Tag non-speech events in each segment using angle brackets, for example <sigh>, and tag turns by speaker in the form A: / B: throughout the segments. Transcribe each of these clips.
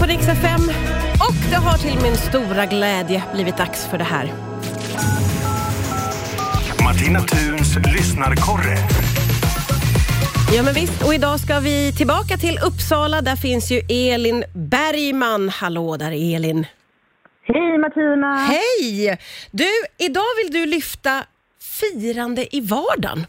A: på Rix FM och det har till min stora glädje blivit dags för det här.
B: Martina Thuns lyssnarkorre.
A: Ja men visst, och idag ska vi tillbaka till Uppsala. Där finns ju Elin Bergman. Hallå där Elin.
C: Hej Martina!
A: Hej! Du, idag vill du lyfta firande i vardagen.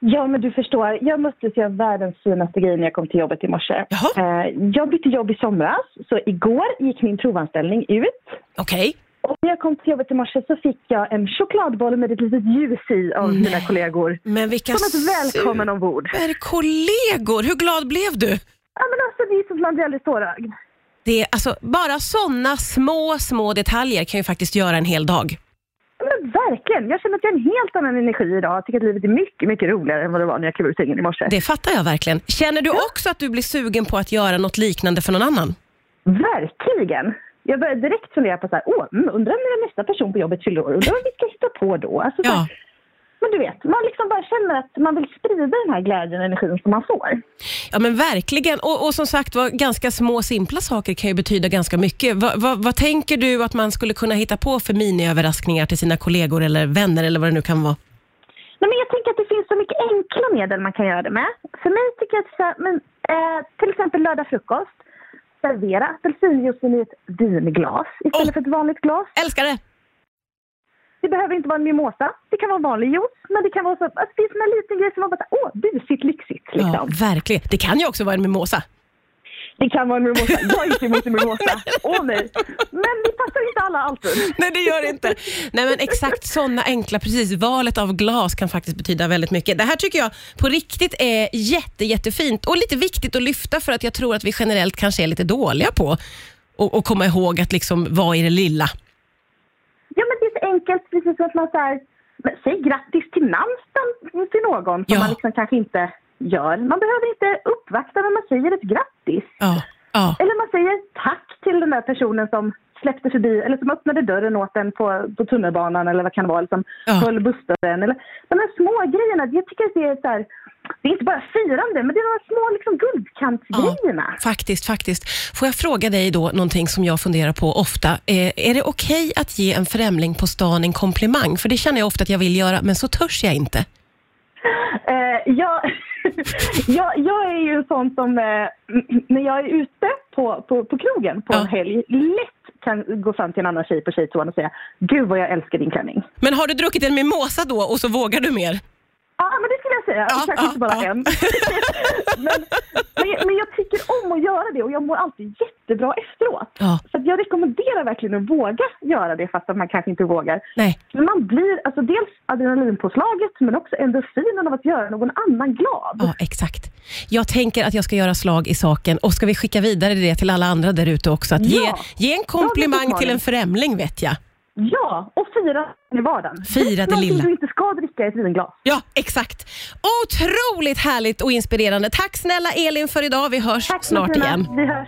C: Ja men du förstår, jag möttes ju av världens finaste grej när jag kom till jobbet i morse.
A: Jaha.
C: Eh, Jag bytte jobb i somras, så igår gick min provanställning ut.
A: Okej.
C: Och när jag kom till jobbet i morse så fick jag en chokladboll med ett litet ljus i av mina kollegor.
A: Men vilka
C: Som ett välkommen ombord.
A: superkollegor. Hur glad blev du?
C: Ja men alltså det är sånt man blir alldeles tårögd.
A: Det är, alltså, bara sådana små, små detaljer kan ju faktiskt göra en hel dag.
C: Ja, Men verkligen, jag känner att jag har en helt annan energi idag. Jag tycker att livet är mycket, mycket roligare än vad det var när jag klev ur sängen i morse.
A: Det fattar jag verkligen. Känner du också att du blir sugen på att göra något liknande för någon annan?
C: Verkligen! Jag började direkt fundera på så här, åh, mm, undrar när nästa person på jobbet fyller år, undrar vad vi ska hitta på då? Alltså, så
A: Ja.
C: här, men du vet, man liksom bara känner att man vill sprida den här glädjen och energin som man får.
A: Ja men verkligen. Och, och som sagt var, ganska små simpla saker kan ju betyda ganska mycket. Va, va, vad tänker du att man skulle kunna hitta på för miniöverraskningar till sina kollegor eller vänner eller vad det nu kan vara?
C: Nej, men jag tänker att det finns så mycket enkla medel man kan göra det med. För mig tycker jag att så här, men, eh, till exempel lördag frukost, servera apelsinjuicen i ett vinglas istället
A: Åh.
C: för ett vanligt glas.
A: Älskar det!
C: Det behöver inte vara en mimosa, det kan vara vanlig juice, men det kan vara så, alltså, det finns en liten grej som man bara, så här, åh, busigt, lyxigt liksom.
A: Ja, verkligen. Det kan ju också vara en mimosa.
C: Det kan vara en mimosa. Jag gick emot en
A: <laughs>
C: mimosa. Åh nej. Men vi passar inte alla alltid.
A: Nej, det gör det inte. Nej, men exakt sådana enkla, precis. Valet av glas kan faktiskt betyda väldigt mycket. Det här tycker jag på riktigt är jätte, jättefint och lite viktigt att lyfta för att jag tror att vi generellt kanske är lite dåliga på att att komma ihåg att liksom vara i det lilla.
C: Ja men det är så enkelt, precis som att man säger säg grattis till namnsdagen till någon som
A: Ja.
C: man liksom kanske inte gör. Man behöver inte uppvakta men man säger ett grattis.
A: Ja, ja.
C: Eller man säger tack till den där personen som släppte förbi eller som öppnade dörren åt en på, på tunnelbanan eller vad kan det vara, eller som
A: Ja.
C: höll bussdörren. Eller, de här små grejerna, jag tycker att det är så här, det är inte bara firande men det är de här små liksom, guldkantsgrejerna.
A: Faktiskt, faktiskt. Får jag fråga dig då någonting som jag funderar på ofta. Eh, är det okej att ge en främling på stan en komplimang? För det känner jag ofta att jag vill göra, men så törs jag inte.
C: Eh, <laughs> jag, jag, jag är ju en sån som eh, när jag är ute på, på, på krogen på
A: Ja.
C: en helg lätt kan gå fram till en annan tjej på tjejtoan och säga Gud vad jag älskar din klänning.
A: Men har du druckit en mimosa då och så vågar du mer?
C: Ja, men det skulle jag säga.
A: Ja,
C: Kanske
A: ja,
C: inte bara
A: ja.
C: en. <laughs> men, men, jag- men jag tycker om att göra det och jag mår alltid jättebra efteråt.
A: Ja.
C: Så att jag rekommenderar verkligen att våga göra det fast att man kanske inte vågar.
A: Nej.
C: Men man blir alltså dels adrenalinpåslaget men också endorfinen av att göra någon annan glad.
A: Ja, exakt. Jag tänker att jag ska göra slag i saken och ska vi skicka vidare det till alla andra där ute också. Att ge,
C: Ja.
A: ge en komplimang till en främling vet jag.
C: Ja, och fira i vardagen.
A: Fira
C: Drick
A: det
C: någonting
A: lilla.
C: du inte ska dricka i ett vinglas.
A: Ja, exakt. Otroligt härligt och inspirerande. Tack snälla Elin för idag. Vi hörs
C: Tack
A: snart
C: Martina.
A: igen.
C: Vi hörs.